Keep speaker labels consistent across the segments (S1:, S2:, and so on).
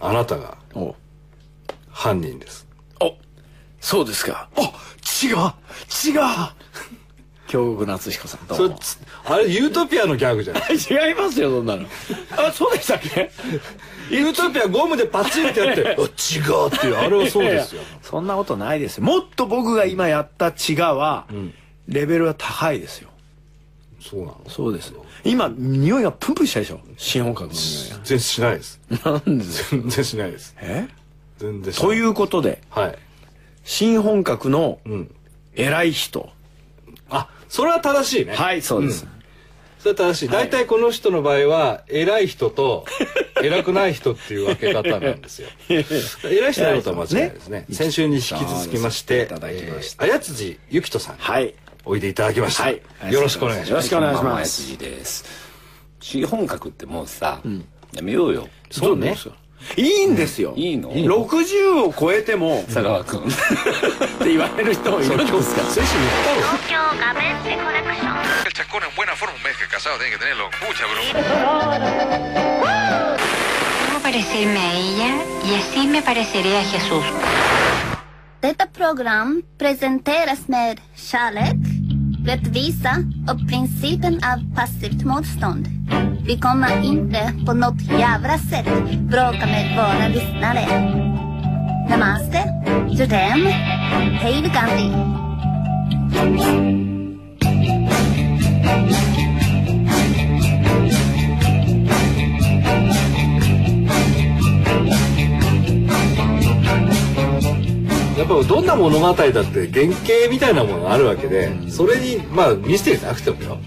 S1: あなたが
S2: お
S1: 犯人です
S2: おそうですか
S1: あ違う違う
S2: 京極夏彦さんど
S1: そうれ
S2: も
S1: つあれユートピアのギャグじゃない
S2: 違いますよそんなのあそうでしたっけ
S1: ユートピアゴムでパチンってやって あ違うっていうあれはそうですよ
S2: いやいやそんなことないですよもっと僕が今やった違うは、レベルは高いですよ
S1: そうなの
S2: そうです今匂いがプンプンしたでしょ新本格の匂
S1: 全然しないです
S2: いがなんです
S1: 全然しないです
S2: え
S1: 全然しない
S2: ということで
S1: はい
S2: 新本格の
S1: うん
S2: 偉い人、
S1: あそれは正しいね
S2: はいそうです、
S1: それは正しい大体この人の場合は偉い人 と偉くない人っていう分け方なんです よ偉い人のことは間違いないですね
S2: ね
S1: 先週に引き続きまして
S2: いただきまし
S1: えー綾辻ゆきとさんに
S2: はい
S1: おいでいただきました、
S2: はい
S1: よろしくお願いし
S2: よ
S1: ま
S2: ろ
S1: す
S2: しくお願いし
S3: こんばんは
S2: ま
S3: や
S2: す
S3: すじです新本格ってもうさ、やめようよ
S1: そうね
S2: いいんですよ、
S3: いいの
S2: 60を超えても
S3: 佐川君
S2: って言われる人もいるんですか
S1: 先週に言ったろ
S4: 東京ガベッセコレクション
S5: El chascón en buena forma, un mes que casado tiene que tenerlo. Mucha broma.
S4: Debo parecerme a ella y así me pareceré a Jesús.
S6: Detta program presenteras med kärlek, rättvisa och principen av passivt motstånd. Vi kommer inte på något jävla sätt bråka med våra lyssnare. Namaste, Jodem, Hej Gandhi.
S1: やっぱどんな物語だって原型みたいなものがあるわけで、それにまあミステリーなくてもよ、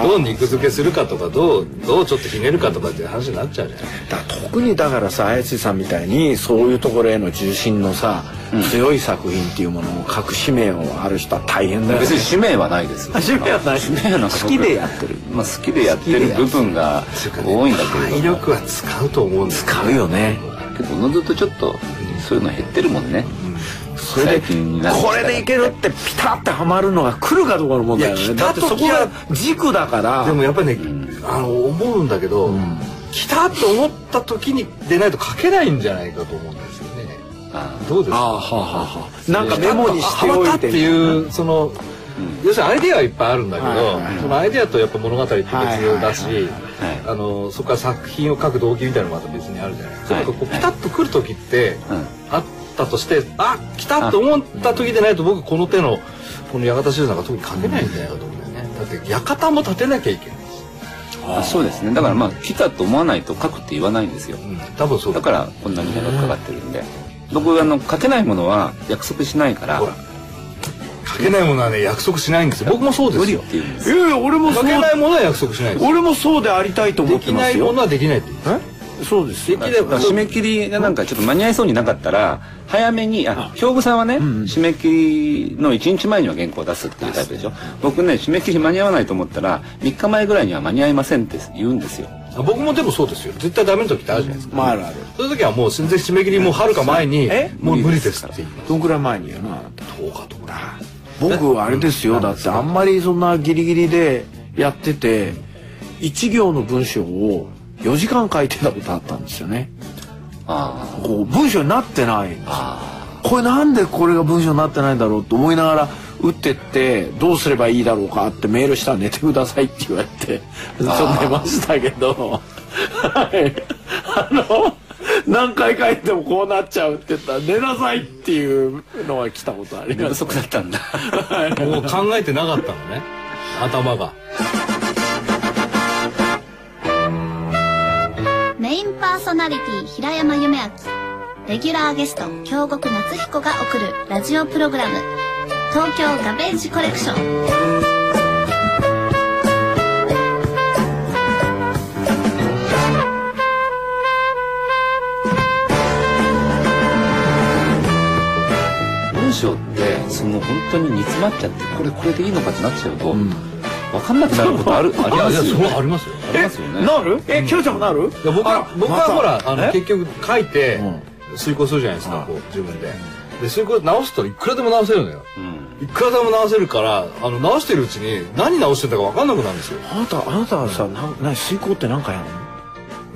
S1: どう肉付けするかとかどうどうちょっとひねるかとかっていう話になっちゃうじゃん
S2: だ特にだからさ綾瀬さんみたいにそういうところへの重心のさ、強い作品っていうものを書く使命をある人は大変だよね
S3: 別に使命はないですよ
S2: あ使命はない
S3: 使命はなんか僕
S2: 好きでやってる
S3: まあ好きでやってる部分が多いんだけ
S1: 体
S3: れども
S1: 力は使うと思うんですよ
S2: 使うよね
S3: けどおのずとちょっとそういうの減ってるもんね、
S2: それで
S3: 最近なんか
S2: これでいけるってピタッてはまるのが来るかどうかの問題だよね
S1: いや
S2: だっ
S1: 来た
S2: てそ
S1: 時
S2: こ
S1: は
S2: が軸だから
S1: でもやっぱりね、あの思うんだけど、来たと思った時に出ないと書けないんじゃないかと思うんですよね
S3: あ
S1: どうです
S2: ああ
S1: か
S2: はあはあはあなんかメモにしてお
S1: あま
S2: い
S1: た
S2: て
S1: っていうその、要するにアイデアはいっぱいあるんだけど、
S2: はいはいはい
S1: そのアイデアとやっぱ物語って別だし、
S2: はいはい
S1: あのそこから作品を書く動機みたいなのもまた別にあるじゃないですか、
S3: はい
S1: それとこうピタッと来る時って、
S3: うん
S1: あったとしてあ来たと思った時でないと僕この手のこの館シリーズなんか特に書けないんじゃないかと思うんだよねだって館も立てなきゃいけないし、
S3: あそうですねだからまあ来たと思わないと書くって言わないんですよ
S1: うん、多分そう
S3: だからこんなに長くかかってるんで僕あの書けないものは約束しないから
S1: ほら書けないものはね約束しないんですよ僕もそうで
S3: 無
S1: す
S3: 理っ
S1: よ
S3: て言うんです
S2: いやいや俺もそ
S1: 書
S2: う
S1: けないものは約束しないんです
S2: 俺もそうでありたいと思
S1: で
S2: って
S1: き
S2: ま
S1: な
S2: す
S1: いも
S2: よ
S1: のはできないって言う
S2: そうです
S1: で
S2: よ
S1: きれば
S3: 締め切りがなんかちょっと間に合いそうになかったら早めにあ兵庫さんはね、締め切りの1日前には原稿を出すっていうタイプでしょ僕ね締め切り間に合わないと思ったら3日前ぐらいには間に合いませんって言うんですよ
S1: 僕もでもそうですよ絶対ダメな時ってあるじゃないですか、
S2: まああるある
S1: そういう時はもう全然締め切りもうはるか前に
S2: え
S1: もう無理ですって言います
S2: どんくらい前にやな
S1: 10日とか
S2: 僕あれですよだってあんまりそんなギリギリでやってて一行の文章を4時間書いてたことあったんですよね
S3: あ
S2: こう文章になってないんですよこれなんでこれが文章になってないんだろうと思いながら打ってってどうすればいいだろうかってメールしたら寝てくださいって言われて ちょっと寝ましたけどはいあの何回書いてもこうなっちゃうって言ったら寝なさいっていうのが来たことあり
S3: あ寝
S2: ま
S3: 不
S2: す
S3: 足だったんだ
S1: もう考えてなかったのね頭が
S6: メインパーソナリティ平山夢明レギュラーゲスト京極夏彦が送るラジオプログラム東京ガベージコレクション
S3: 文章ってその本当に煮詰まっちゃってこれこれでいいのかってなっちゃうと、分かんなくなることあるありますよね
S1: ありますよ
S3: ありますよね
S2: なるえキョウちゃんもなる
S1: いや僕
S2: あ
S1: は
S2: ら
S1: 僕は
S2: また
S1: ほらあの
S2: え
S1: 結局書いて
S2: ん
S1: 遂行するじゃないですかこう自分でで遂行直すといくらでも直せるのよ
S3: うん
S1: いくらでも直せるからあの直してるうちに何直してたか分かんなくなるんですよ
S2: あなたあなたはさなな水耕って何かや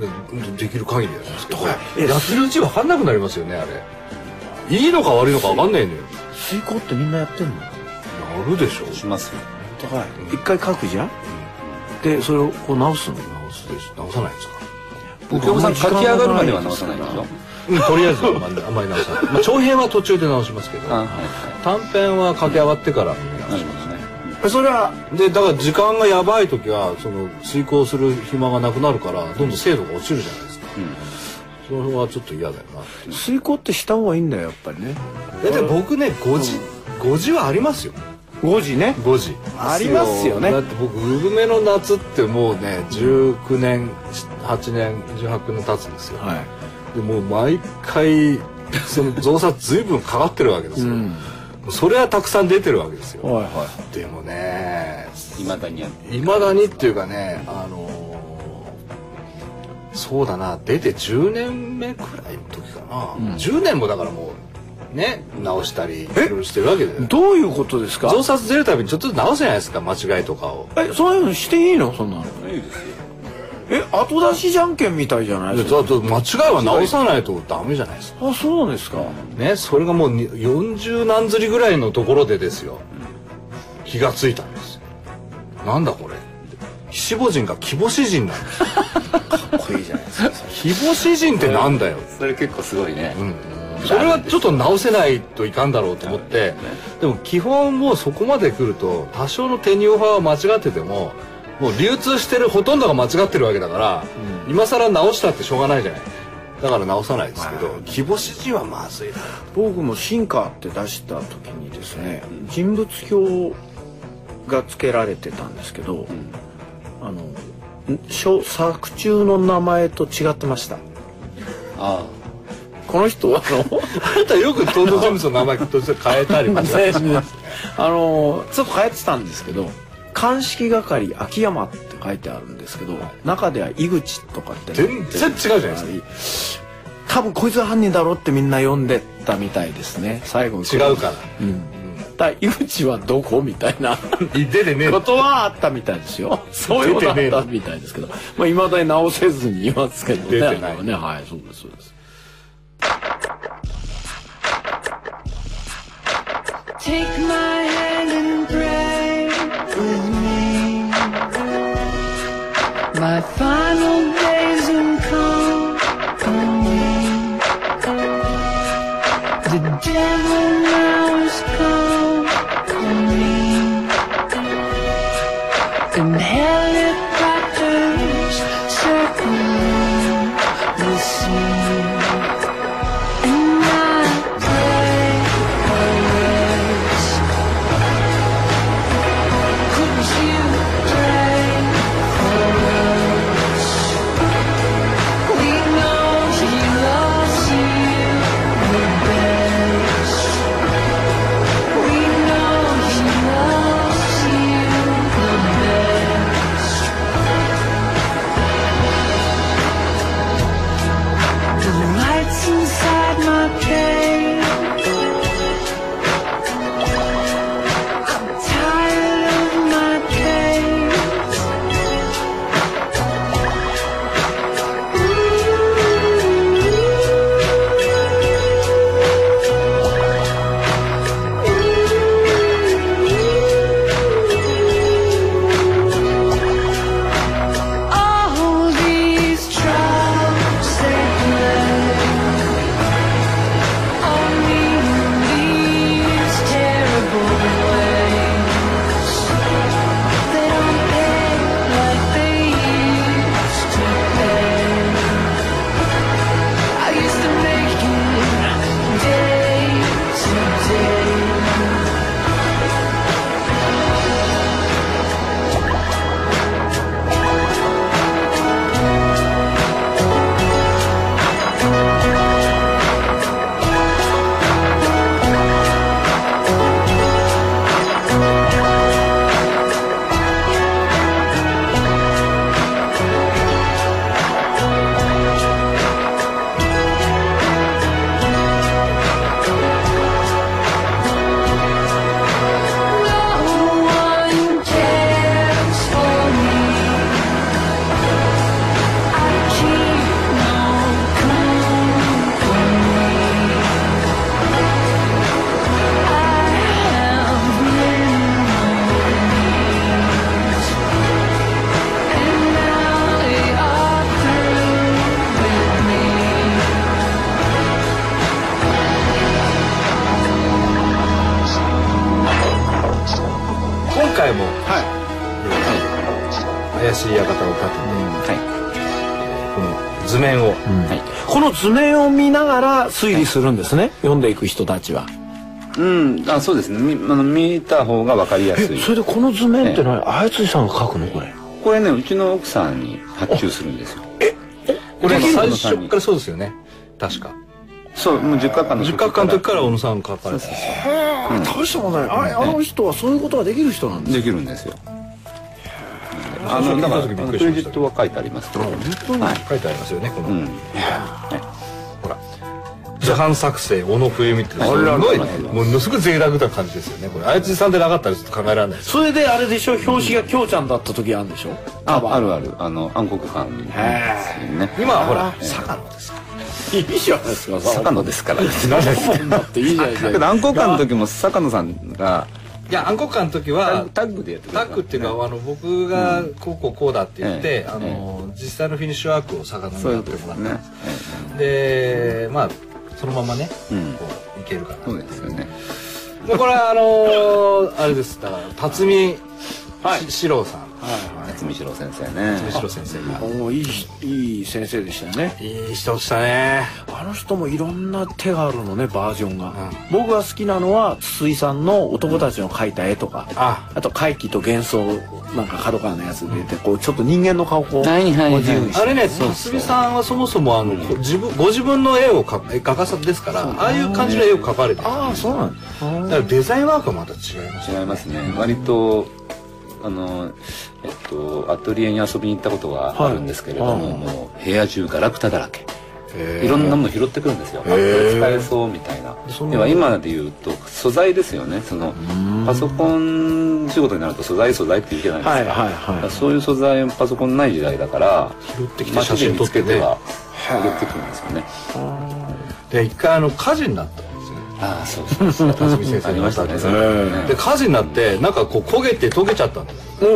S2: るの
S1: ねできる限りやりますけどやってるうち分かんなくなりますよねあれいいのか悪いのか分かんないのよ
S2: 水耕ってみんなやってんの
S1: なるでしょ
S3: しますよ
S2: 高い一回書くじゃんでそれをこう直すの
S1: 直すでしょ直さないんですか
S2: 僕
S3: 京子さん書き上がるまでは
S2: あん
S3: 直
S2: まり時
S3: さ
S2: 間
S3: な
S2: が
S3: い
S2: ない
S3: でしょ
S1: うんとりあえずあんまりあんまり直さない、まあ、長編は途中で直しますけど
S3: あはいは
S1: 短編は書き上がってから
S3: いなるほどね
S1: それはでだから時間がやばい時はその遂行する暇がなくなるからどんどん精度が落ちるじゃないですか、その辺はちょっと嫌だよなっていう
S2: 水耕ってした方がいいんだよやっぱりね
S1: 大体僕ね5時、5時はありますよ
S2: 5時ね
S1: 5時
S2: ありますよね
S1: だって僕「うぶめの夏」ってもうね19年8年18年経つんですよ、
S2: はい
S1: でもう毎回 その増刷随分かかってるわけですよ、それはたくさん出てるわけですよ、
S2: はいは
S1: でもね
S3: いまだにやる
S1: いまだにっていうかねあのーそうだな出て10年目くらいの時かな、10年もだからもうね直したりいろいろしてるわけで
S2: いどういうことですか
S1: 増刷出るたびにちょっとずつ直すじゃないですか間違いとかを
S2: えそういうのしていいのそんなのえ後出しじゃんけんみたいじゃない
S1: だ
S2: ですか
S1: って間違いは直さないとダメじゃないですか
S2: あそうなんですか
S1: ねそれがもうに40何釣りぐらいのところでですよ気がついたんですよなんだこれ七五人が鬼母詩人なんです
S2: かっこいいじゃないですか
S1: 鬼母詩人ってなんだよ
S3: それ結構すごいね
S1: それはちょっと直せないといかんだろうと思ってでも基本もうそこまで来ると多少の手にオファーを間違っててももう流通してるほとんどが間違ってるわけだから、今更直したってしょうがないじゃないだから直さないですけど鬼母詩人はまずいな
S2: 僕も「進化」って出した時にですね人物表が付けられてたんですけど、あのん書作中の名前と違ってました
S3: あ
S2: この人はあの
S1: あなたよく登場人物の名前として変えたりもね
S2: あのちょっと変えてたんですけど「鑑識係秋山」って書いてあるんですけど中では「井口」とかって
S1: 全然違うじゃないですか
S2: 多分こいつが犯人だろってみんな呼んでたみたいですね最後に
S1: 違うから
S2: うん、だから井口はどこみたいな
S1: 出てねえ
S2: ことはあったみたいですよ。そういうことあったみたいですけど、まあ未だに直せずにいますけどね。
S1: 出てない
S2: あのね、はい、そうですそうです。
S7: Take my hand and pray with me. My final days in company. The devil now is calling. And helicopters circling the sea. And I pray. Could you pray for us?
S1: 回も
S2: はい
S1: 怪しい館を立てて、
S3: は
S1: この図面を、
S3: い。はい。
S2: この図面を見ながら推理するんですね、読んでいく人たちは
S3: うん、あ、そうですね。みあの見た方がわかりや
S2: え
S3: すい。
S2: それでこの図面ってのはあやついさんが書くのこれ
S3: これね、うちの奥さんに発注するんですよ。
S1: これ
S3: できるの
S1: 最初からそうですよね確か
S3: そう、もう10日間の
S1: 10日間の時から小野さん書かれてた
S2: 大したもんだねあれあの人はそういうことができる人なん
S3: できるんですよ。あの、だから、あのクレジットは書いてありますけど。はい。
S1: 書いてありますよねこの、
S3: うん。
S1: ほら図版作成小野冬美ってす
S3: あ
S1: ご
S3: らら
S1: いものすごい贅沢な感じですよねこれあやつさんでなかったらちょっと考えられないです
S2: それであれでしょ表紙が京ちゃんだった時あるんでしょ
S3: あ、あるある。あの、暗黒館に。ね。
S1: 今はほら
S2: 坂野ですかいいじゃないですか
S3: 坂野ですから。
S1: なんだっ
S2: 坂
S1: け
S2: 野だって いいじゃ ないです
S3: だ
S2: か
S3: けど暗黒館の時も坂野さんが
S1: いや暗黒館の時
S3: タ
S1: は
S3: ッグでやってくれ
S1: タ
S3: た
S1: ッグっていうか、あの僕がこうこうこうだって言って、
S3: ええ
S1: あの実際のフィニッシュワークを魚に
S3: そうい
S1: や
S3: う
S1: っ
S3: こ
S1: て
S3: と
S1: も
S3: で
S1: らっ
S3: す
S1: たん
S3: ね
S1: です。でまあそのままね、
S3: うん
S1: こういけるかな
S3: そうですよね
S1: でこれはあのーあれですだから辰巳し四郎さん
S3: 夏見四郎先生ね
S1: 辰巳四郎先生が
S2: もういいいい先生でしたよね
S1: いい人でしたね
S2: あの人もいろんな手があるのねバージョンが、僕が好きなのは筒井さんの男たちの描いた絵とか、
S1: あ
S2: あと怪奇と幻想なんか角川のやつでてこうちょっと人間の顔こう
S3: はいはいはい
S2: こう自由にして
S1: あれね辰巳さんはそもそもあの、こ自分ご自分の絵を描描かさですからああいう感じの絵を描かれてるだ
S2: ああそうなん
S1: か
S2: だ
S1: らデザインワークはまた違います
S3: 違いますね割とあのえっとアトリエに遊びに行ったことがあるんですけれども、
S2: はい
S3: もう部屋中ガラクタだらけいろんなもの拾ってくるんですよ、あこれ使えそうみたいな
S1: そんな
S3: では今で言うと素材ですよねそのパソコン仕事になると素材素材って言うじゃないですか,、
S2: はいはいはい
S3: そういう素材パソコンない時代だから
S1: 拾ってきて写真撮って
S3: 街で見つけては
S1: て
S3: 拾ってくるんですよね
S1: で一回あの火事になったんですよね
S3: ああそうそう そう
S1: 辰巳先生
S3: あり
S1: に
S3: ま
S1: ま
S3: し
S1: したた
S3: ね
S1: ね
S3: それね
S1: で火事になってなんかこう焦げて溶けちゃったんです
S2: お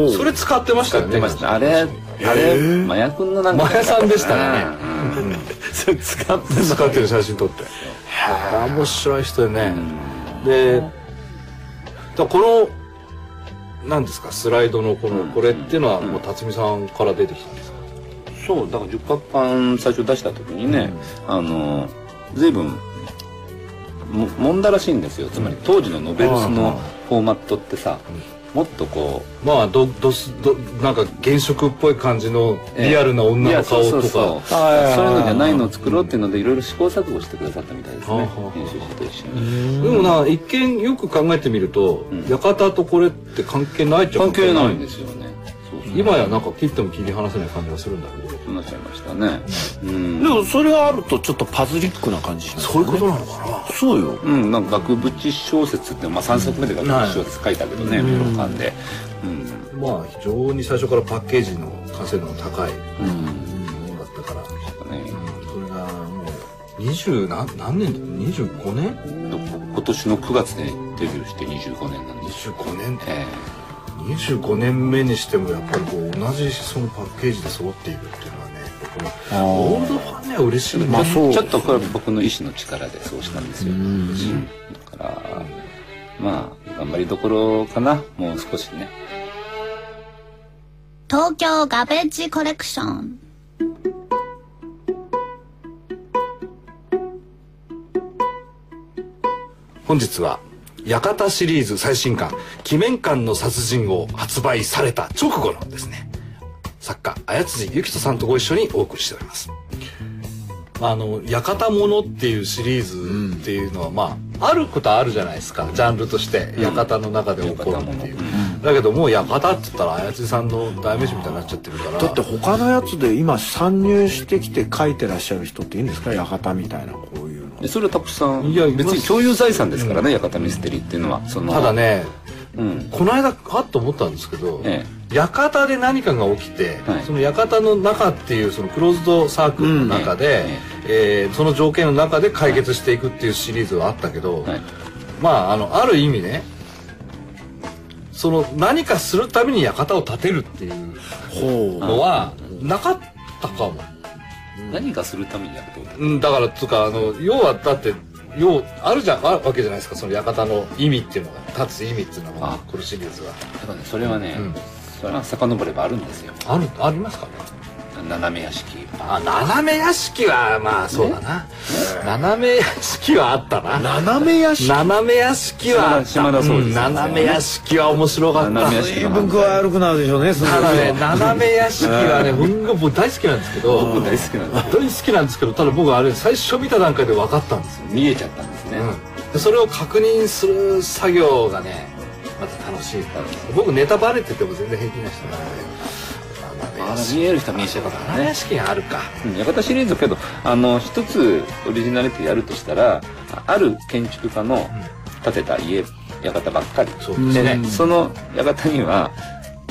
S2: うおう
S1: それ使ってました
S3: 使
S1: よ
S3: って
S1: ね
S3: ましたあれあれマヤ君のなんか
S1: マヤさんでしたね
S2: それ使って
S1: 使ってる写真撮って面白い人でねでだからこのなんですかスライドのこのこれっていうのはもう辰巳さんから出てきたんですか
S3: そうだから10角館最初出した時にね、あの随分ももんだらしいんですよつまり当時のノベルスのフォーマットってさ、もっとこう
S1: まあどどすどなんか原色っぽい感じのリアルな女の顔
S3: いやそう
S1: と
S3: そう
S1: か
S3: そう
S2: はいはいはい
S3: そういうのじゃないのを作ろうっていうのでいろいろ試行錯誤してくださったみたいです
S1: はあ
S3: ね
S1: はあ
S3: 編集者と一緒に。
S1: でもな一見よく考えてみると館とこれって関係ないっちゃ
S3: 関係ないんですよねそうそう
S1: 今やなんか切っても切り離せない感じがするんだけど
S3: そうなっちゃいましたねうん
S2: でもそれがあるとちょっとパズリックな感じしますそういうことなのかなそうよ
S3: うん、なんか額縁小説って、まあ、3作目で額縁小説書いたけどね、メロカンで、うん
S1: まあ非常に最初からパッケージの完成度の高いものだったから、それがもう20何何年だ25年
S3: 今年の9月でデビューして25年なんですよ、
S1: 25年
S3: え
S1: 25年目にしてもやっぱりこう同じそのパッケージで揃っているっていうのはねこのオールドファンには嬉しいね、
S3: え
S1: ま
S3: ちょちょっとこれは僕の意志の力でそうしたんですよ、うんだからまあ頑張りどころかなもう少しね
S6: 東京ガベージコレクション
S1: 本日は館シリーズ最新刊「鬼面館の殺人を発売された直後のですね作家綾辻ゆきとさんとご一緒にお送りしております。まああの「館物」っていうシリーズっていうのは、まああることはあるじゃないですかジャンルとして館の中で起こるっていう、だけどもう館って言ったら綾辻さんの代名詞みたいになっちゃってるから
S2: だって他のやつで今参入してきて書いてらっしゃる人っていいんですか館みたいなこういうの
S3: でそれはたくさん
S1: いや
S3: 別に共有財産ですからね、館ミステリーっていうのはその
S1: ただ、ね
S3: うん、
S1: この間はっと思ったんですけど、
S3: え
S1: 館で何かが起きて、
S3: はい
S1: その館の中っていうそのクローズドサークルの中で、
S3: うんえ
S1: えーその条件の中で解決していくっていうシリーズはあったけど、
S3: はい
S1: まああのある意味ねその何かするために館を建てるっていう
S2: ほ
S1: のはなかったかも。
S3: 何かするためにやると
S1: うん、だからつうかあの要はだってようあるじゃんあるわけじゃないですかその館の意味っていうのが立つ意味っていうのが
S3: あ
S1: このシリーズが
S3: だからねそれはね、
S1: うん
S3: それは遡ればあるんですよ
S1: あるありますかね
S3: 斜め屋敷
S1: あ斜め屋敷はまあそうだな、斜め屋敷はあったな
S2: 斜めやし
S1: 斜め屋敷はあった
S3: 島田島田総理さんですね
S1: 斜め屋敷は面白かった
S3: 斜め屋敷
S2: 随分具合悪くなるでしょうねその
S1: ただね斜め屋敷はね僕がもう大好きなんですけど
S3: 僕大好きなんです
S1: 大好きなんですけどただ僕あれ最初見た段階で分かったんですよ、
S3: 見えちゃったんですね、
S1: でそれを確認する作業がねまた楽しい僕ネタバレてても全然平気な人なんで斜め
S3: あ
S1: 屋
S3: ー
S1: 敷
S3: 見える人は見えちゃったから
S1: 斜め
S3: ね
S1: 屋敷があるか
S3: うん館シリーズだけどあの一つオリジナリティやるとしたらあある建築家の建てた家館ばっかり
S1: そうですね
S3: でねその館には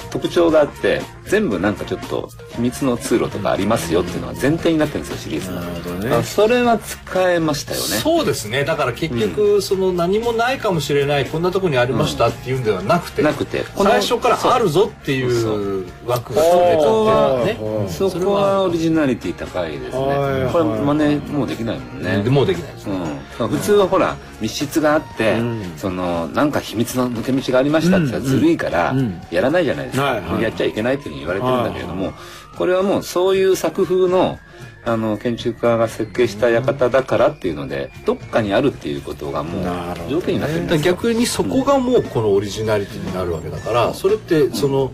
S3: 特徴があって全部なんかちょっと秘密の通路とかありますよっていうのが前提になってるんですよシリーズが、だからそれは使えましたよね
S1: そうですねだから結局、その何もないかもしれないこんなとこにありましたっていうんではなくて、
S3: なくてこの
S1: 最初からあるぞってい
S3: そう
S1: 枠が作れたっていうのはね
S3: そこはオリジナリティ高いですねこれ真似もうできないもんね
S1: ねもうできないです
S3: うん、普通はほら密室があって、そのなんか秘密の抜け道がありましたってさずるいからやらないじゃないですか、
S2: はいはい
S3: やっちゃいけないっていうふうに言われてるんだけれども、これはもうそういう作風のあの建築家が設計した館だからっていうのでどっかにあるっていうことがもう条件になってるん
S1: だから
S3: ですよ
S1: 逆にそこがもうこのオリジナリティになるわけだからそれってその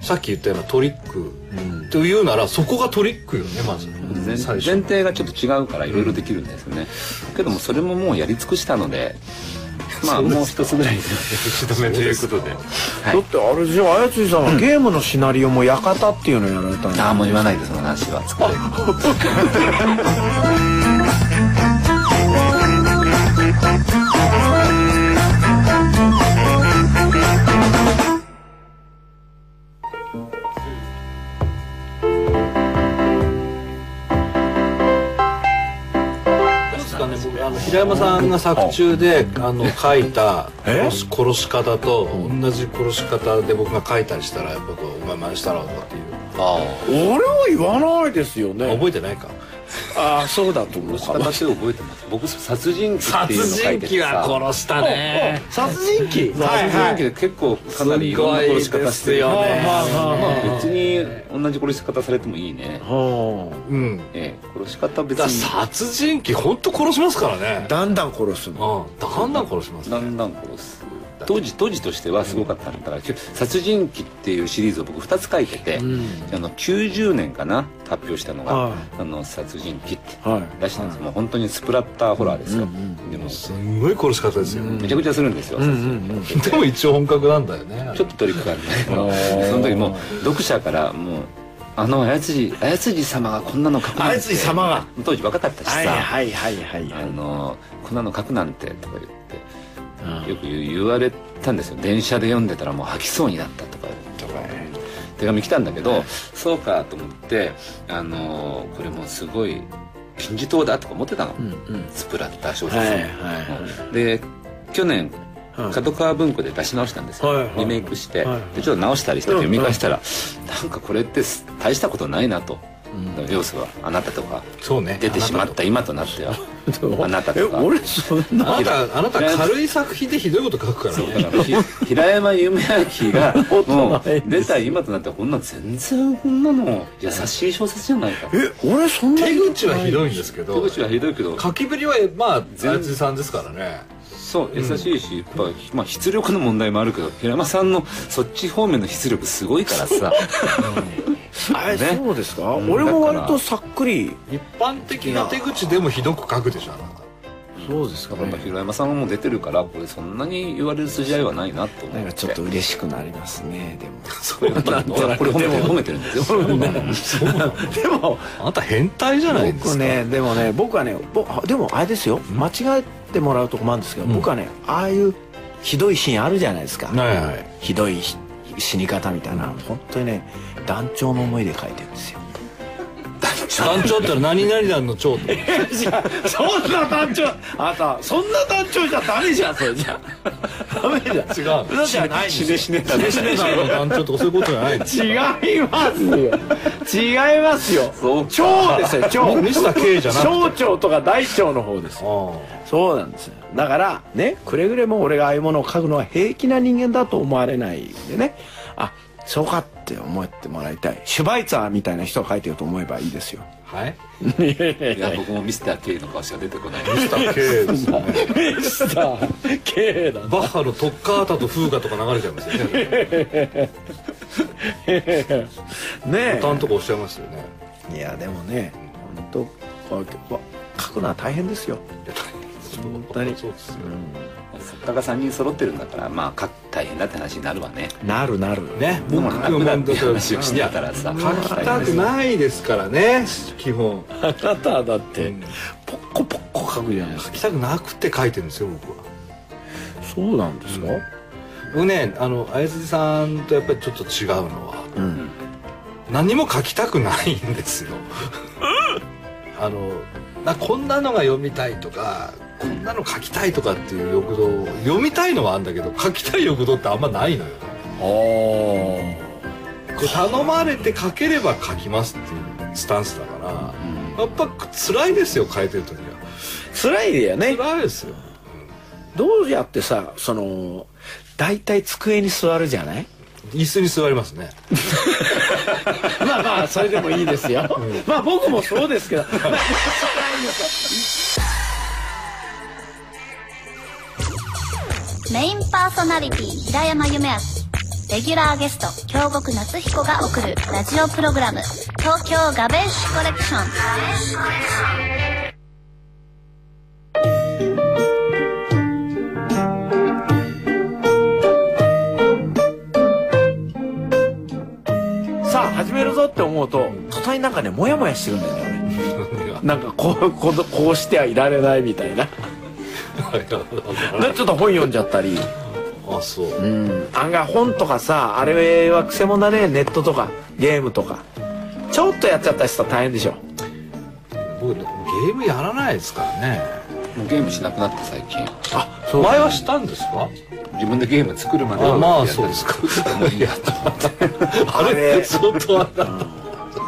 S1: さっき言ったようなトリックというならそこがトリックよねまず
S3: 前
S1: 最
S3: 前
S1: 初
S3: 提がちょっと違うからいろいろできるんですよね、けどもそれももうやり尽くしたのでまあもう一つぐらいで
S1: 止めということで
S3: はい
S2: だってあれじゃあやついさんはゲームのシナリオも館っていうのやられたんだ
S3: ああもう言わないでその話は作れる
S1: ですかね僕あの平山さんが作中であの書いた殺し殺し方と同じ殺し方で僕が書いたりしたらやっぱこうお前真似したろとかっていう
S2: 俺は言わないですよね
S1: 覚えてないか
S2: ああそうだと思うか
S3: 私覚えてます僕殺人鬼って
S1: 殺
S3: いうの書い
S1: 人
S3: て
S1: 鬼
S3: て
S1: は
S3: さ
S1: 殺したね
S2: 殺人鬼
S3: 殺人鬼で結構かなりいろんな殺し方し
S1: すご
S3: てる
S1: いですよねまあ
S3: 別に同じ殺し方されてもいいね、
S2: は
S1: うん
S3: ええ、殺し方別
S1: だから
S3: に
S1: 殺人鬼本当殺しますからね
S2: あだんだん殺すの
S1: うんだんだん殺します
S3: だ
S1: ね
S3: んだん殺す当時当時としてはすごかったんだから、殺人鬼っていうシリーズを僕2つ書いてて、あの90年かな発表したのが、
S2: はい
S3: あの殺人鬼って
S2: はい
S3: 出したんです、もう本当にスプラッターホラーですよ、でも
S1: すんごい殺し方ですよ
S3: めちゃくちゃするんですよ、
S1: でも一応本格なんだよね
S3: ちょっとトリックがあるんだけどその時もう読者からもう「あの綾辻綾辻様がこんなの書くなんて」
S2: 綾辻様が
S3: 当時若かったしさ「
S2: いはいはい
S3: あのこんなの書くなんて」とか言ってよく言う言われたんですよ電車で読んでたらもう吐きそうになったとか手紙来たんだけどそうかと思ってあのこれもすごい金字塔だとか思ってたの、スプラッター小説、
S2: はいは
S3: で去年
S2: はい
S3: 角川文庫で出し直したんですよ、
S2: はいはい
S3: リメイクして、
S2: はい
S3: でちょっと直したりして読み返したら、なんかこれってす大したことないなと、要素はあなたとか
S1: そうね
S3: 出てしまった今となってはあなた
S2: え
S3: とか
S2: 俺そん な
S1: あなたあなた軽い作品でひどいこと書くから
S3: そう
S1: ね
S3: だからひ平山夢明 がもう出た今となってはこんな全然こんなの優しい小説じゃないか
S2: え俺そんな
S1: 手口はひどいんですけ
S3: 手
S1: ど
S3: 口はひどいけど
S1: 書きぶりはまあ財津さんですからね
S3: そう優しいし、やっぱまあ出力の問題もあるけど平山さんのそっち方面の出力すごいから さ
S2: あれ
S3: ね
S2: そうですか
S3: うん
S2: 俺も割
S3: だか
S2: と
S3: ら
S2: さっくり
S1: 一般的な手口でもひどく書くでしょあなた
S2: そうですか
S3: やっぱ平山さんも出てるからこれそんなに言われる筋合いはないなと思って
S2: なんかちょっと嬉しくなりますねでも
S3: そうやっぱこれ褒めてる褒めてる んです よ
S2: でも
S1: あなた変態じゃないですか
S2: 僕ねでもね僕はね僕でもあれですよ間違えてもらうと困るんですけど、僕はねああいうひどいシーンあるじゃないですか、
S1: はいはい
S2: ひどいひ 死に方みたいな、本当にね団長の思いで書いてるんですよ
S1: 団長ったら何々団の長 って
S2: いやそんな団長あなたそんな団長じゃダメじゃんそれじゃダメじゃん
S1: 違うの
S2: 嘘じゃないんですよ
S3: ねだね
S1: 団の団長とかそういうことじゃないの
S2: 違いますよ違いますよ
S3: そうか
S2: 長ですよ長
S1: ミスター K じゃなくて
S2: 小腸とか大腸の方です
S1: あ
S2: そうなんですよだからねくれぐれも俺がああいうものを書くのは平気な人間だと思われないんでねあそうかって思ってもらいたいシュバイツァーみたいな人が書いてると思えばいいですよ
S1: あはい
S3: いや僕もミスター K の顔しか出てこない
S1: ミスター K ですね
S2: さあ K だ
S1: バッハのトッカータとフーガとか流れちゃいますよね
S2: ね
S1: ボタンとか押しちゃいますよね
S2: えいやでもね本当こうわ書くのは大変ですよ
S1: 本
S2: 当に
S1: そうですよ
S3: 作家が3人揃ってるんだからまあか大変だって話になるわね
S2: なるなる
S1: ね僕
S3: もう
S1: が
S3: 楽だって話をし
S1: い
S3: て
S1: や
S3: たらさ
S1: 書きたくないですからね基本
S2: あなたはだって
S1: うん
S2: ポッコポッコ書くじゃないです
S1: 書
S2: か
S1: きたくなくて書いてるんですよ僕は
S2: そうなんですか
S1: 僕ねあの綾辻さんとやっぱりちょっと違うのは
S2: うん
S1: 何も書きたくないんですよ あのなこんなのが読みたいとかこんなの書きたいとかっていう欲動読みたいのはあるんだけど書きたい欲動ってあんまないのよ
S2: あー
S1: こう頼まれて書ければ書きますっていうスタンスだからやっぱ辛いですよ書いてる時は
S2: 辛いよね
S1: 辛いですよ
S2: どうやってさその大体机に座るじゃない
S1: 椅子に座ります ね
S2: まあまあそれでもいいです よ、まあ僕もそうですけ ど
S6: メインパーソナリティ平山夢明レギュラーゲスト京極夏彦が送るラジオプログラム「東京ガベージュコレクション」
S2: さあ始めるぞって思うと途端になんかねモヤモヤしてくるんだよね俺なんかこうこうこうしてはいられないみたいなでちょっと本読んじゃったり
S1: あそう
S2: うん案外本とかさあれは癖もんだねネットとかゲームとかちょっとやっちゃったりしたら大変でしょ
S1: 僕ねゲームやらないですからね
S3: もうゲームしなくなった最近
S2: あそ
S1: 前はしたんですか
S3: 自分でゲーム作るまで
S1: あ
S3: は
S1: ま
S3: や
S1: あ
S3: った
S1: そうですかいやあ
S2: あれ
S1: れ相当あれだ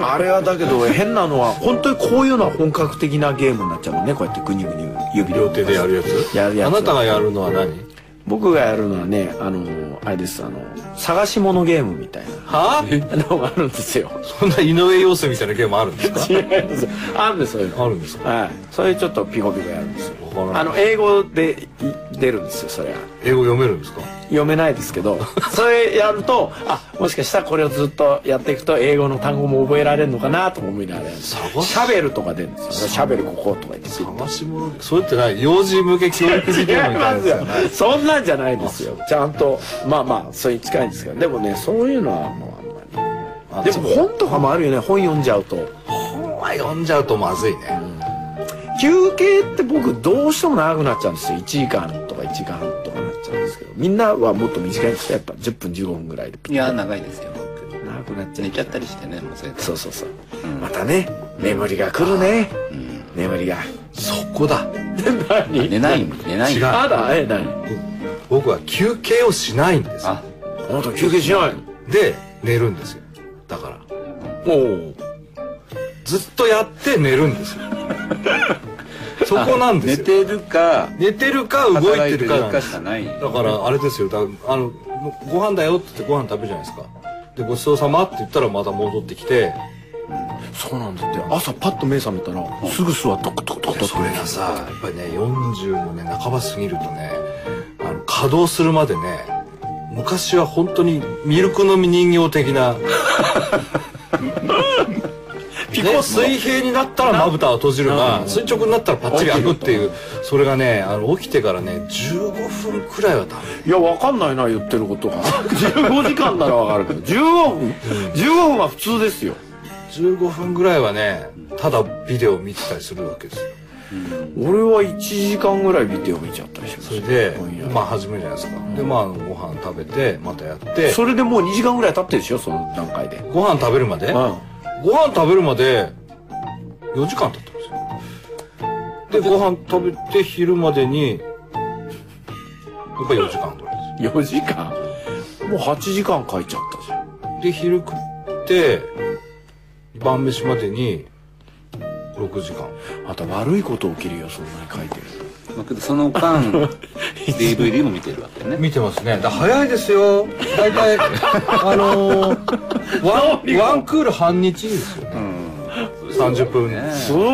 S2: あれはだけど変なのは本当にこういうのは本格的なゲームになっちゃうもんねこうやってグニグニ指で
S1: 両手でやるやつ
S2: やるやつ
S1: あなたがやるのは何
S2: 僕がやるのはねあのあれですあの探し物ゲームみたい
S1: はあ
S2: な のがあるんですよ
S1: そんな井上陽水みたいなゲームあるんですか
S2: 違いますあるんですそういう の
S1: あるんですか
S2: はいそれちょっとピコピコやるんですよ
S1: わからない
S2: あの英語でい出るんですよそれは
S1: 英語読めるんですか
S2: 読めないです けどそれやるとあもしかしたらこれをずっとやっていくと英語の単語も覚えられるのかなとも思いながらやるシ
S1: 探す
S2: ャベルとか出るんですよシャベルこことか言ってピッ
S1: 探し物それってない幼児向け教育事
S2: 違い
S1: 業みた
S2: ま
S1: いなや
S2: すよ
S1: つやな
S2: そんなんじゃないですよちゃんとまあまあそれに近いんですけどでもねそういうのはもうあんまりでも本とかもあるよね本読んじゃうと
S1: 本は読んじゃうとまずいね
S2: 休憩って僕どうしても長くなっちゃうんですよ1時間とか1時間半とかなっちゃうんですけどみんなはもっと短いんですよやっぱ10分15分ぐらいで
S3: いや長いですよ僕
S2: 長くなっちゃ
S3: 寝
S2: う
S3: ちゃったりしてねもうそれ
S2: そうそうそう、またね眠りが来るね、眠りが
S1: そこだ
S3: 寝ない寝ない
S1: 違う
S2: まだえ何
S1: 僕は休憩をしないんですよ
S3: あ
S2: あなた休憩しない
S1: で寝るんですよだから
S2: おお
S1: ずっとやって寝るんです よそこなんです
S3: 寝
S1: よ
S3: てるか
S1: 寝てるか動いてるかなんで
S3: 働いてるし
S1: す
S3: かない
S1: だからあれですよだあのもうご飯だよって言ってご飯食べるじゃないですかでごちそうさまって言ったらまた戻ってきて
S2: そうなんだって朝パッと目覚めたらすぐ座ってトクトクトクトク
S1: それがさやっぱりね40のね半ば過ぎるとねあの稼働するまでね昔は本当にミルク飲み人形的 なピコ水平になったらまぶたを閉じるが垂直になったらパッチリ開くっていうそれがねあの起きてからね15分くらいはダメ
S2: いや、わかんないな、言ってること が。15時間ならわかるけど、15分、15分は普通ですよ。
S1: 15分ぐらいはねただビデオ見てたりするわけですよ
S2: 俺は1時間ぐらいビデオ見ちゃったりしま
S1: それ
S2: す。
S1: で
S2: 今夜
S1: まあ始めるじゃないですかでまあご飯食べてまたやって
S2: それでもう2時間ぐらい経ってるでしょ、その段階で。
S1: ご飯食べるまで
S2: うん
S1: ご飯食べるまで4時間経ってますよでご飯食べて昼までにやっぱ4時間ぐらいで
S2: 4時間もう8時間書いちゃったじゃん
S1: すで昼食って晩飯までに6時間
S2: あと悪いこと起きるよそんなに書いてる
S3: だけどそ の間 DVD も見てるわけね
S1: 見てますねだ早いですよ大 体あのーワンワンクール半日ですよね、30分ね
S2: とすご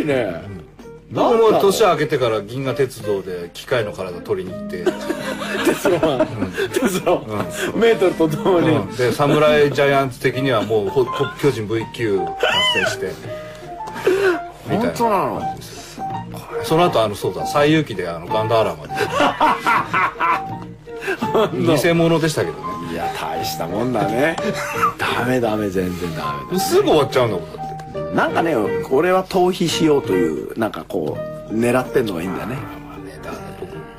S2: いね
S1: 僕も年明けてから銀河鉄道で機械の体取りに行って、
S2: テスラマン テスラマンメートルととも に
S1: うんで侍ジャイアンツ的にはもうほほ巨人 V 級達成してみた
S2: 本
S1: い
S2: 当
S1: な
S2: なの
S1: その後あのそうだ西遊記であのガンダーラま で偽物でしたけどね
S2: いや大したもんだねダメダメ全然ダメ
S1: すぐ終わっちゃうんだもんだって
S2: だなんかね俺は逃避しようというなんかこう狙ってんのがいいんだよね
S1: まあねだから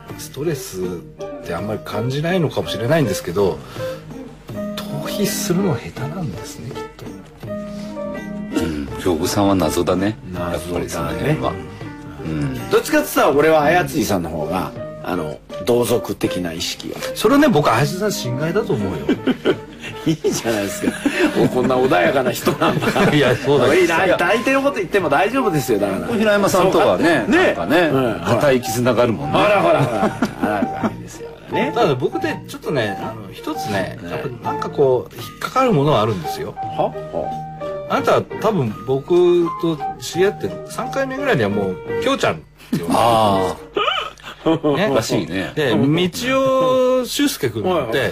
S1: 僕ストレスってあんまり感じないのかもしれないんですけど逃避するの下手なんですねきっと
S3: 京子さんは謎だねやっ
S2: 謎だね
S3: ぱりその辺は
S2: どっちかってさ俺はあやつじさんの方があの同族的な意識が
S1: それね僕林さん侵害だと思うよ
S2: いいじゃないですかもうこんな穏やかな人なんだ
S1: いやそうだけど
S2: いいな大抵のこと言っても大丈夫ですよだから
S3: 平山さんとはね
S2: ね
S3: なんかね
S2: うん
S3: 固い絆があるもんね
S2: ほらほらほらあらダメですよあらね
S1: ただ僕でちょっとねあの一つねやっぱなんかこう引っかかるものはあるんですよ
S2: はは
S1: あなたは多分僕と知り合って3回目ぐらいにはもうきょうちゃんって呼んで
S3: あ
S1: る ね
S3: あらしいね
S1: で道夫俊介君って
S2: は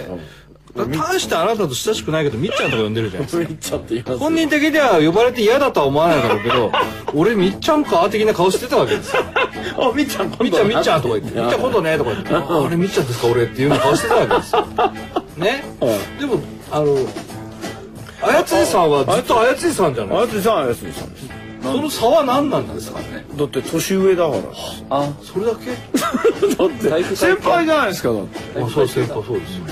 S2: い
S1: 大してあなたと親しくないけどみっちゃんとか呼んでるじゃないですか
S2: いっちゃって言います
S1: 本人的には呼ばれて嫌だとは思わないだろうけ ど俺みっちゃんか的な顔してたわけですよ
S2: あみっちゃん
S1: みっちゃんみっちゃんとか言って「みっちゃん今
S2: 今
S1: 度ね」とか言って「あれみっちゃんですか俺」っていうような顔してたわけですよ。ね、でもあのあやついさんはずっとあやついさんじゃ
S2: 度
S1: な
S2: あ
S1: い
S2: やつじさんあやつじさんです
S1: その差は何なんですかね
S2: だって年上だから
S3: あ
S1: それだけ
S2: だって先輩じゃないですかだって
S1: まあそう先輩そうですよ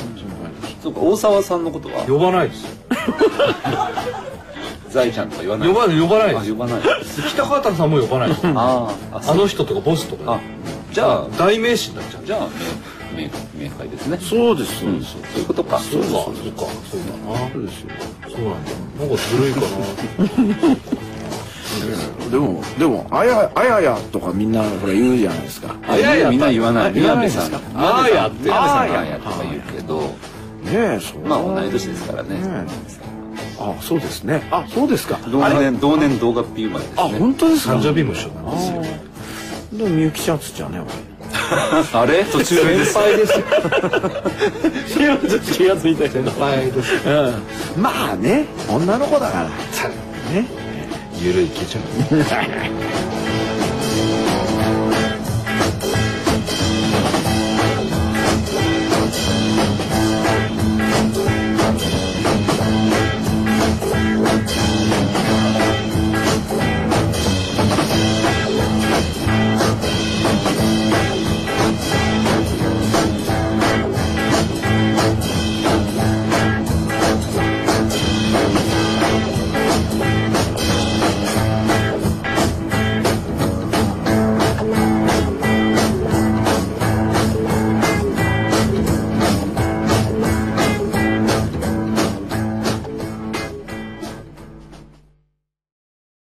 S3: そうか大沢さんのことは
S1: 呼ばないですよ
S3: 財ちゃんとか言わない
S1: 呼ばない呼ばない
S3: あ
S1: です
S3: 呼
S1: よ
S3: ばない
S1: 北方さんも呼ばないですよ
S3: あーあ
S1: あの人とかボスとか
S3: あじゃあ
S1: 代名詞になっちゃう
S3: じゃあ明明明快ですね
S2: そうですそううん
S3: そういうことか
S1: そうかそうかそうだなそうですよそうなんだなんかずるいかな
S2: でもでもあやあややとかみんなほら言うじゃないですか
S3: あいやいやみんな言わない
S2: 言わ
S3: 宮
S2: ない
S3: 部
S2: んで
S3: さ
S2: す
S3: ん
S2: か
S3: 宮部
S1: あーやっ
S3: さん
S1: て
S3: が
S2: あーや
S3: あーやとか言うけど
S2: ねえそう
S3: まあ同い年ですからね
S2: ねあそうですねあそうですか
S3: 同
S2: あれ
S3: 年同年同月日生まれです
S2: あ
S3: ね
S2: 本当で すか
S1: 誕生日も一緒なんですよ
S2: でもみゆきちゃんっつっちゃうね
S3: あれ途中で
S1: 先
S3: す
S1: 輩ですよ
S2: 俺いやちょっと気がついたけ
S1: 先輩ですよ
S2: うんまあね女の子だからね
S1: ゆるい基準